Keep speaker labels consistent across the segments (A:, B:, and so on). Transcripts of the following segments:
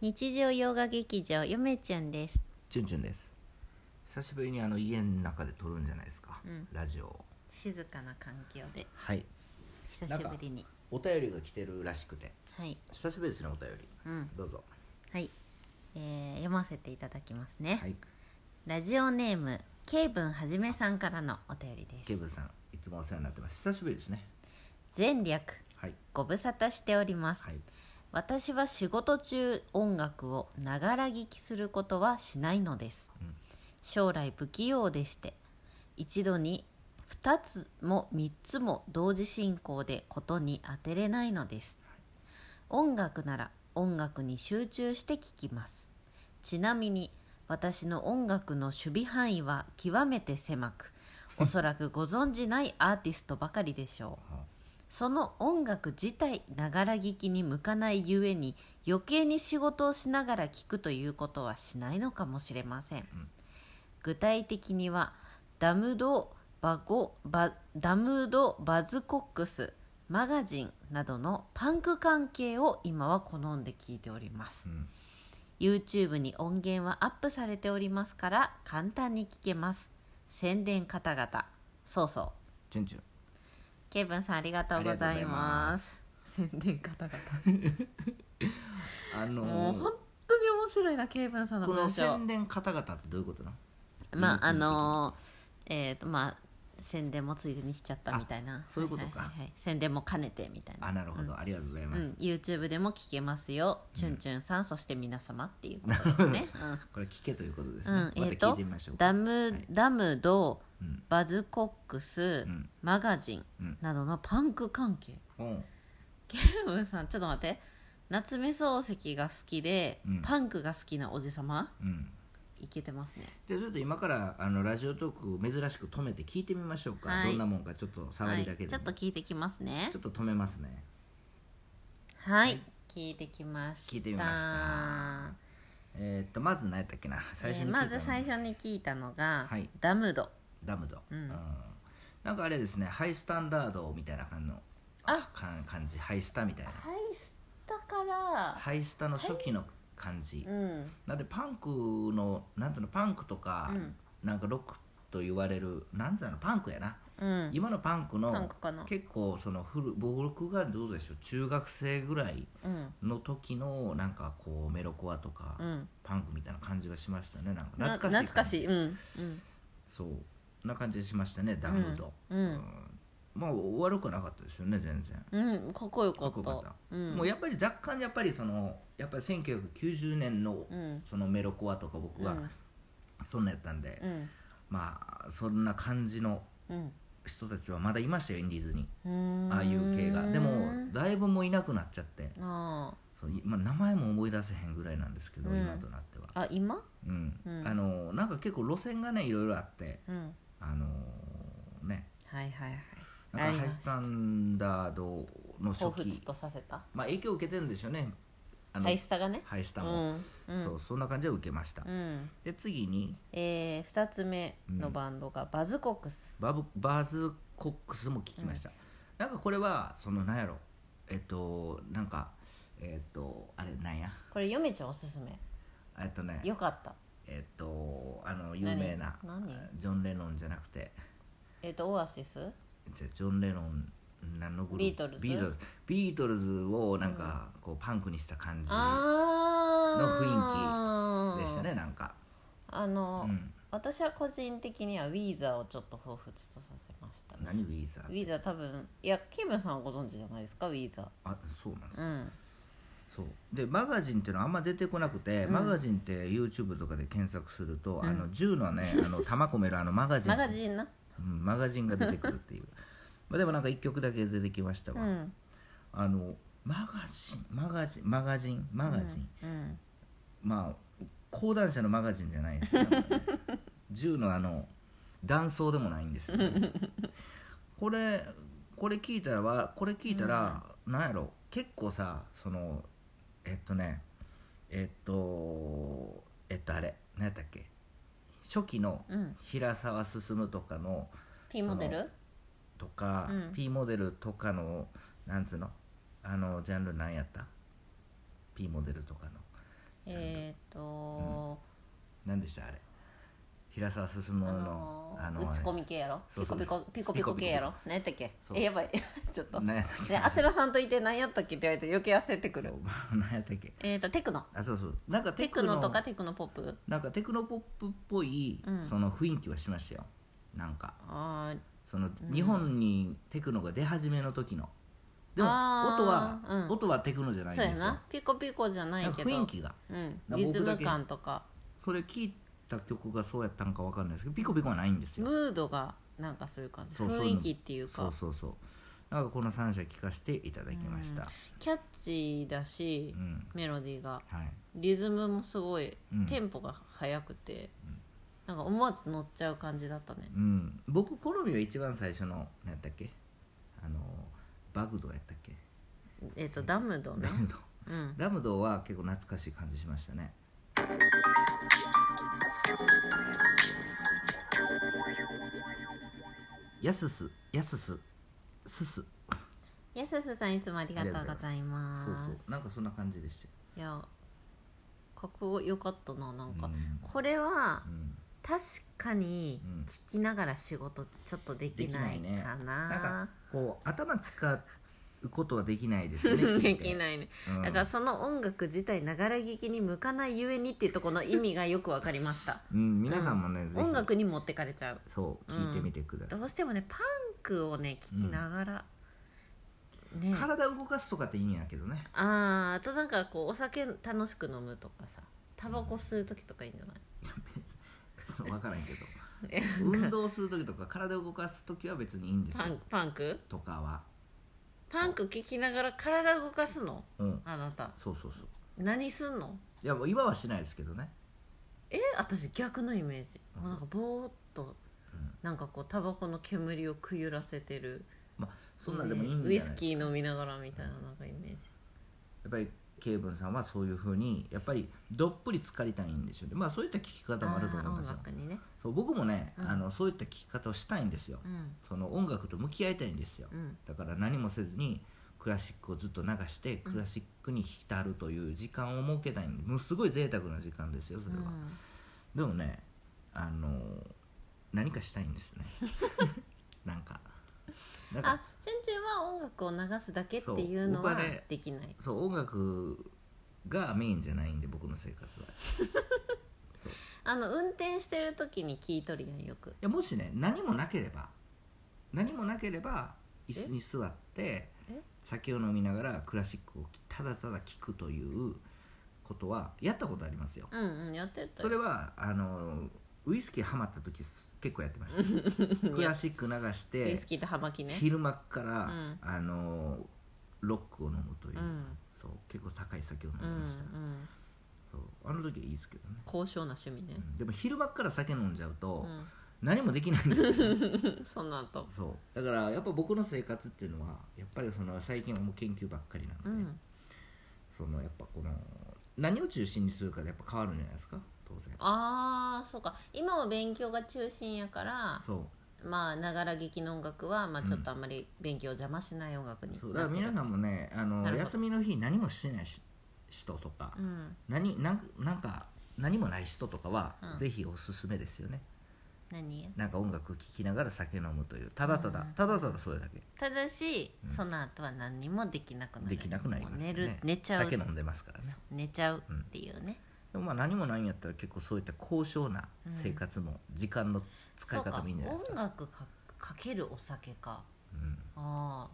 A: 日常洋画劇場よめちゃんです
B: チュンチュンです久しぶりにあの家の中で撮るんじゃないですか、
A: うん
B: ラジオを
A: 静かな環境で
B: はい
A: 久しぶりに
B: お便りが来てるらしくて
A: はい
B: 久しぶりですねお便り
A: うん
B: どうぞ
A: はい、えー読ませていただきますね、
B: はい
A: ラジオネームケイブンはじめさんからのお便り
B: ケ
A: で
B: ー
A: す
B: ブルさんいつもお世話になってます久しぶりですね
A: 全略
B: はい
A: ご無沙汰しております、
B: はい
A: 私は仕事中音楽をながら聞きすることはしないのです、
B: うん
A: 将来不器用でして一度に2つも3つも同時進行でことに当てれないのです、音楽なら音楽に集中して聴きますちなみに私の音楽の守備範囲は極めて狭くおそらくご存じないアーティストばかりでしょう
B: は
A: その音楽自体ながら聞きに向かないゆえに余計に仕事をしながら聞くということはしないのかもしれません、具体的にはダムド・バゴバダムド・バズコックスマガジンなどのパンク関係を今は好んで聞いております
B: う、ん
A: YouTube に音源はアップされておりますから簡単に聞けます宣伝方々そうそう
B: チュンチュン
A: ケイブンさんありがとうございます宣伝方々
B: あ
A: も
B: の
A: う
B: ー
A: 本当に面白いなケイブンさんの
B: この
A: 文章
B: 宣伝方々ってどういうことなの
A: まああのーえっ、とまあ宣伝もついでにしちゃったみたいな
B: あそういうことか
A: はいはいはいはい宣伝も兼ねてみたいな
B: あなるほど、ありがとうございま
A: う
B: す、
A: ん、YouTube でも聞けますよ、チュンチュンさんそして皆様っていうことですね、うん
B: これ聞けということです
A: う
B: ね、
A: ん、
B: ま
A: え
B: た
A: っ、
B: 聞い
A: と
B: てみましょう、
A: ダム、
B: はい
A: ダムド
B: うん
A: バズコックス、
B: うん
A: マガジン
B: うん
A: などのパンク関係
B: うん
A: ケムさんちょっと待って夏目漱石が好きで、
B: うん
A: パンクが好きなおじさま
B: うん
A: いけてますね
B: じゃあちょっと今からあのラジオトークを珍しく止めて聞いてみましょうか、
A: はい
B: どんなもんかちょっと触りだけで
A: は
B: も、
A: い、ちょっと聞いてきますね
B: ちょっと止めますね
A: はい、聞いてきました
B: 聞いてみましたえーっとまず何やったっけな最初
A: えー
B: に聞いたの
A: まず最初に聞いたのが、
B: はい
A: ダムド
B: ダムド、
A: うん
B: なんかあれですねハイスタンダードみたいな感じの
A: あ
B: か感じハイスタみたいな
A: ハイスタから
B: ハイスタの初期の感じ、
A: うん
B: なんでパンクのなんていうのパンクとか、
A: うん
B: なんかロックと言われるなんていうのパンクやな、
A: うん
B: 今のパンクの
A: パンクかな
B: 結構その古僕がどうでしょう中学生ぐらい
A: うん
B: の時のなんかこうメロコアとか、
A: うん
B: パンクみたいな感じがしましたねなんか
A: な
B: 懐かしい
A: 懐かし
B: い
A: いうんうん
B: そうそんな感じしましたねダムド、
A: うん
B: うまあ悪くなかったですよね全然、
A: うんかっこよかった
B: かっこよかった
A: うん
B: もうやっぱり若干やっぱりそのやっぱり1990年の
A: うん
B: そのメロコアとか僕
A: う
B: は
A: ん
B: そんなんやったんで、
A: うん
B: まあそんな感じの
A: うん
B: 人たちはまだいましたよインディーズに
A: うーん
B: ああいう系がでもだいぶもういなくなっちゃって
A: あ
B: そう、まあ、名前も思い出せへんぐらいなんですけど、
A: うん
B: 今となっては
A: ああ今
B: うん、
A: うん
B: あのなんか結構路線がねいろいろあって
A: うん
B: あのね
A: はいはいはい
B: な
A: あ
B: ん
A: りま
B: かハイ
A: し
B: スタンダードの
A: た
B: 初
A: 彷
B: 期
A: 彿とさせた
B: まあ影響を受けてるんでしょうねあの
A: ハイスタがね
B: ハイス
A: う
B: タも、
A: んうん
B: そうそんな感じは受けました、
A: うん
B: で次に
A: えー、2つ目のバンドがバズコックス、
B: バブバーズコックスも聞きました、なんかこれはそのなんやろえっとなんかえっとあれなんや
A: これヨメちゃんおすすめ
B: えっとね
A: よかった
B: えっとあの有名な
A: 何何
B: ジョン・レノンじゃなくて
A: えっ、とオアシス
B: じゃあジョン・レノン何のグル
A: ビー
B: ープ
A: トルズ
B: ビートルズビートルズをなんかこうパンクにした感じで
A: ああ
B: したねなんか、
A: あ
B: う
A: の、
B: ん、
A: 私は個人的にはウィーザーをちょっと彷彿とさせましたね
B: 何ウィーザーっ
A: ウ
B: て
A: ィーザー多分いやキムさんはご存知じゃないですかウィーザ
B: あそうなんです
A: ーうん
B: そうでマガジンっていうのはあんま出てこなくて、
A: うん
B: マガジンって YouTube とかで検索すると、
A: ん
B: あの銃の ねあの弾込めるあのマガジン
A: マガジンな
B: うんマガジンが出てくるっていうまあでもなんか1曲だけ出てきました
A: う
B: わ、
A: ん
B: あのマガジンマガジンマガジンマガジン、
A: うん
B: まあ講談社のマガジンじゃないで すけど、銃のあの弾倉でもないんですよね、これこれ聞いたらはこれ聞いたら、なんやろ結構さそのえっとねえっとえっとあれ何やったっけ初期の
A: うん
B: 平沢進とかの
A: P モデル
B: とか、
A: うん
B: P モデルとかのなんつうのあのジャンルなんやった P モデルとかの全部
A: えっ、と、
B: 何でしたあれ平沢進の
A: あ
B: あ
A: の
B: の
A: ー打ち込み系やろ
B: そうそう
A: ピコピコピコピコ系やろ何やったっけ
B: そう
A: えやばい ちょっと、ね、
B: 何やったっけ
A: アセロさんといて何やったっけって言われて余計焦ってく
B: そ
A: る
B: う 何やったっけ
A: えっ、とテクノ
B: あそうそうなんかテ
A: テ
B: ク
A: ク
B: ノ
A: ノとかテクノポップ
B: なんかテクノポップっぽい、
A: うん
B: その雰囲気はしましたよなんか
A: あー
B: その、
A: うん
B: 日本にテクノが出始めの時のでも音
A: あー
B: は、
A: うん
B: 音はテクノじゃないん
A: そうや
B: ですよ
A: なピコピコじゃない
B: なんか
A: けど
B: 雰囲気が
A: うん
B: な、
A: リズ
B: 僕
A: ム
B: だけ
A: 感とか
B: それ聞いた曲がそうやったんかわかんないですけどピコピコはないんです
A: ム
B: よ
A: ードがなんかそういう感じ
B: そうそう
A: 雰囲気っていうか
B: そうそうそうなんかこの3社聞かせていただきました
A: キャッチーだし
B: うん、、
A: メロディーが
B: はい
A: リズムもすごい、
B: うん
A: テンポが速くて、
B: うん
A: なんか思わず乗っちゃう感じだったね
B: うん、僕好みは一番最初の何やったっけあのバグドやったっけ
A: えっ、とダムドね
B: ラムド
A: うん
B: ラムドは結構懐かしい感じしましたねやすすやすすすす
A: やすすさんいつもありがとうございます
B: そうそうなんかそんな感じでしたよ
A: いやかっこよかったななんか、
B: うん
A: これは
B: うん
A: 確かに
B: うん
A: 聞きながら仕事ちょっとできない
B: できないね
A: か
B: なん
A: な
B: かこう頭使うことはできないですよ ね
A: でき
B: い、
A: ないね、
B: うん
A: だからその音楽自体ながら聞きに向かないゆえにっていうところの意味がよくわかりました
B: うん、皆さんもね、ぜひ
A: 音楽に持ってかれちゃう
B: そう聞いてみてください、
A: どうしてもねパンクをね聞きながら、ね
B: 体動かすとかっていいんやけどね
A: あーあとなんかこうお酒楽しく飲むとかさタバコ吸う時とかいいんじゃない
B: その分からんけど
A: え
B: 運動する時とか体動かす時は別にいいんです
A: パ
B: よ
A: ンパンク
B: とかは
A: パンク聞きながら体動かすの
B: うん
A: あなた
B: そうそうそう
A: 何すんの
B: いやもう今はしないですけどね
A: え私逆のイメージ
B: あそ
A: も
B: う
A: うなんかぼーっと
B: うん
A: なんかこうタバコの煙をくゆらせてる
B: そんなんでもいいんじゃ
A: ウ
B: ない
A: イ
B: です
A: ス
B: か
A: キー飲みながらみたいななんかイメージ
B: やっぱりケイブンさんはそういうふうにやっぱりどっぷり浸かりたいんでしょうねまあそういった聞き方もあると思うん
A: あー
B: で
A: 音
B: すよ
A: 楽にね
B: そう僕もね、
A: うん
B: あのそういった聞き方をしたいんですよ
A: うん
B: その音楽と向き合いたいんですよ
A: うん
B: だから何もせずにクラシックをずっと流して
A: うん
B: クラシックに浸るという時間を設けたいんでもうすごい贅沢な時間ですよそれは、
A: うん
B: でもねあのー何かしたい んですねなんかなん
A: あ
B: か
A: チェンチェンは音楽を流すだけっていうの
B: そう
A: は
B: 僕はね
A: できない
B: そう音楽がメインじゃないんで僕の生活はそうい
A: あの運転してる時に聞いとるやんよく
B: やもしね何もなければ何もなければ椅子に座って
A: え
B: 酒を飲みながらクラシックをただただ聴くということはやったことありますよ
A: うんうんやってた
B: そ
A: よ
B: れはあのウイスキーハマった時す結構やって ましたクラシック流し
A: ウイ
B: て
A: スキーと葉巻ね
B: 昼間から、
A: ん
B: あのロックを飲むという、
A: うん
B: そう結構高い酒を飲ん
A: う
B: で
A: んう
B: ました、
A: ん
B: そうあの時はいいですけどね、
A: 高尚な趣味ね
B: うんでも昼間から酒飲んじゃう
A: う
B: と、何もできないんです よ、
A: んその後
B: そうだからやっぱ僕の生活っていうのはやっぱりその最近はもう研究ばっかりなので、
A: うん
B: そのやっぱこの何を中心にするかでやっぱ変わるんじゃないですか当然
A: ああそうか今は勉強が中心やから
B: そう
A: まあながら劇の音楽はまあ
B: うん
A: ちょっとあんまり勉強を邪魔しない音楽に
B: そうだから皆
A: なって
B: さんもねあの
A: なるほど
B: 休みの日何もしてないし人とか、
A: るうん
B: 何なんなんか何もない人とかは、
A: うん
B: ぜひおすすめですよね
A: 何
B: なんか音楽聴きながら酒飲むというただただ、
A: うん
B: ただただそれだけ
A: ただし、
B: うん
A: その後は何にもできなくなる
B: できなくなりますよね
A: もう寝る寝ちゃう
B: 酒飲んでますから
A: そ
B: ね
A: う寝ちゃうっていうね、
B: でもまあ何もないんやったら結構そういった高尚な生活も、時間の使い
A: そう
B: 方
A: か
B: もいいんじゃないです
A: 音
B: か
A: 楽かかけるお酒かああ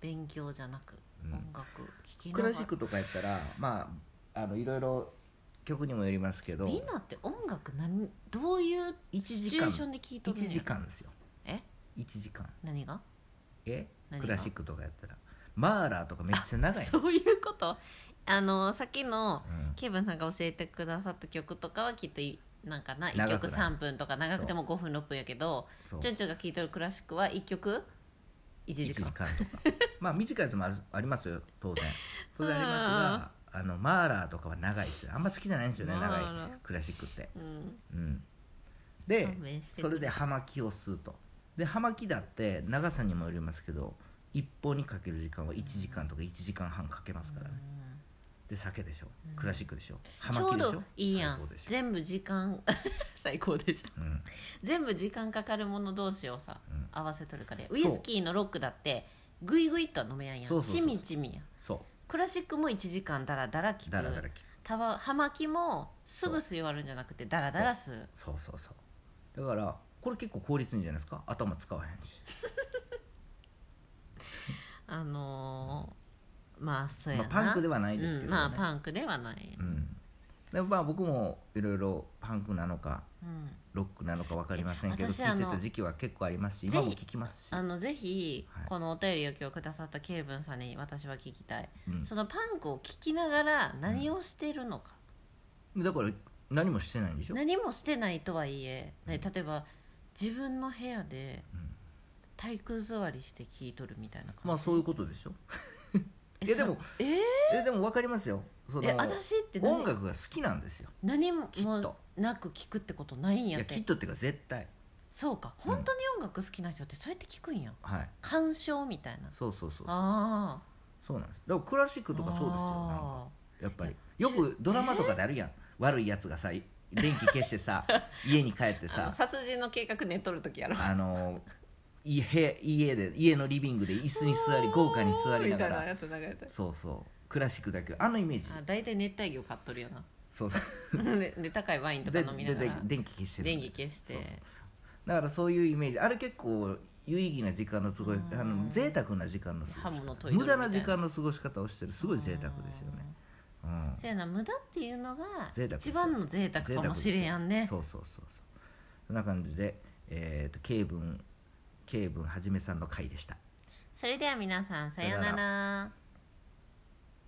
A: 勉強じゃなく、
B: うん
A: 音楽聴き
B: うん、
A: な
B: ク
A: が
B: ラ
A: ら
B: シックとかやったらまああのいろいろ曲にもよりますけど
A: みんなって音楽何どういう
B: 一
A: シ
B: 時
A: チュエ
B: 間
A: ーションで聴いとるん
B: 1
A: や
B: 時間ですよ
A: え
B: 1時間
A: 何が
B: え
A: 何が
B: クラシックとかやったらマーラーとかめっちゃ長いの、
A: そういうことあのさっきの
B: うん
A: ケイブンさんが教えてくださった曲とかはきっといなんかな1
B: 長
A: 曲
B: くない
A: 3分とか長くても5分6分やけど
B: そう
A: チュンチュンが聴いとるクラシックは1曲1
B: 1
A: 時
B: 時
A: 間
B: 間とかまあ短いやつもあるありますよ当 然当然ありますがあのマーラーとかは長いですよあんま好きじゃないんですよね
A: マーラ
B: 長い
A: ー
B: クラシックって
A: うん
B: うんで
A: 勘弁してく
B: そ
A: れ
B: れで葉巻を吸うとで葉巻だって長さにもよりますけど一本にかける時間は1時間とか1時間半かけますからね、で酒でしょ
A: うん
B: クラシックでしょ葉
A: ちょ
B: 巻
A: う
B: でしょ
A: どいいやん
B: 最高でしょ
A: 全部時間 最高でしょ
B: うんうん
A: 全部時間かかるもの同士をさ合わせとるかでウ
B: う
A: イスキーのロックだってグイグイっとは飲めやんや
B: そうんそう
A: チ
B: そうそう
A: ミチミやん
B: そ
A: クラシックも1時間ダラダラ聞
B: う
A: く
B: だらだらき
A: たわ葉巻もすぐ吸い終わるんじゃなくてダラダラ吸う
B: そうそうそうだからこれ結構効率いいんじゃないですか頭使わへんし
A: あのーまあそうやな、
B: まあパンクではないですけどね
A: うんまあパンクではない、
B: うんでもまあ僕もいろいろパンクなのか
A: うん
B: ロックなのか分かりませんけど
A: 私
B: 聞いて
A: あ
B: た
A: の
B: 時期は結構ありますし
A: ぜひ
B: 今も聞きますし
A: あのぜひ、
B: はい
A: このお便りを今日くださったケイブンさんに私は聞きたい、
B: うん
A: そのパンクを聞きながら何をしてるのか、
B: だから何もしてないんでしょ
A: 何もしてないとはいえ、ね
B: うん
A: 例えば自分の部屋で
B: うん
A: 体育座りして聞いとるみたいな感じ、
B: まあそういうことでしょ
A: え
B: いやでも
A: そえ
B: えでも分かりますよそ
A: ー、
B: の
A: え私って何
B: 音楽が好きなんですよ
A: 何も
B: きっと
A: なく聞くってことないん
B: い
A: や
B: や
A: って
B: きっとっていうか絶対
A: そうか
B: うん
A: 本当に音楽好きな人ってそうやって聞くんや
B: はい
A: 鑑賞みたいな
B: そうそうそう
A: ああ
B: そうなんですだからクラシックとかそうですよなんか
A: あ
B: やっぱり
A: え
B: よくドラマとかであるやん、悪いやつがさ電気消して さ家に帰って
A: ーあの
B: さ
A: 殺人の計画寝とる時やろ
B: あのいへ家で家のリビングで椅子に座り豪華に座りなが
A: みたいな
B: ら
A: やつ流れた
B: そうそうクラシックだけあのイメージ
A: あ大体熱帯魚買っとるよ な
B: そうそう
A: でで高いワインとか
B: で
A: 飲みなが
B: で
A: ら
B: 電気消してる
A: 電気消して
B: そうそうだからそういうイメージあれ結構有意義な時間の過ごし
A: うん
B: あの贅沢な時間の過ごし
A: 刃物研
B: 方
A: いどるみ
B: 無
A: たいな
B: 駄な時間の過ごし方をしてるすごい贅沢ですよね、うん
A: あー、そうやな無駄っていうのが
B: 贅沢です
A: 一番の贅沢かもしれんやんね
B: そうそうそうそうそんな感じでえっ、と慶文慶文はじめさんの回でした
A: それでは皆さんさよう
B: さ
A: な
B: よう
A: ら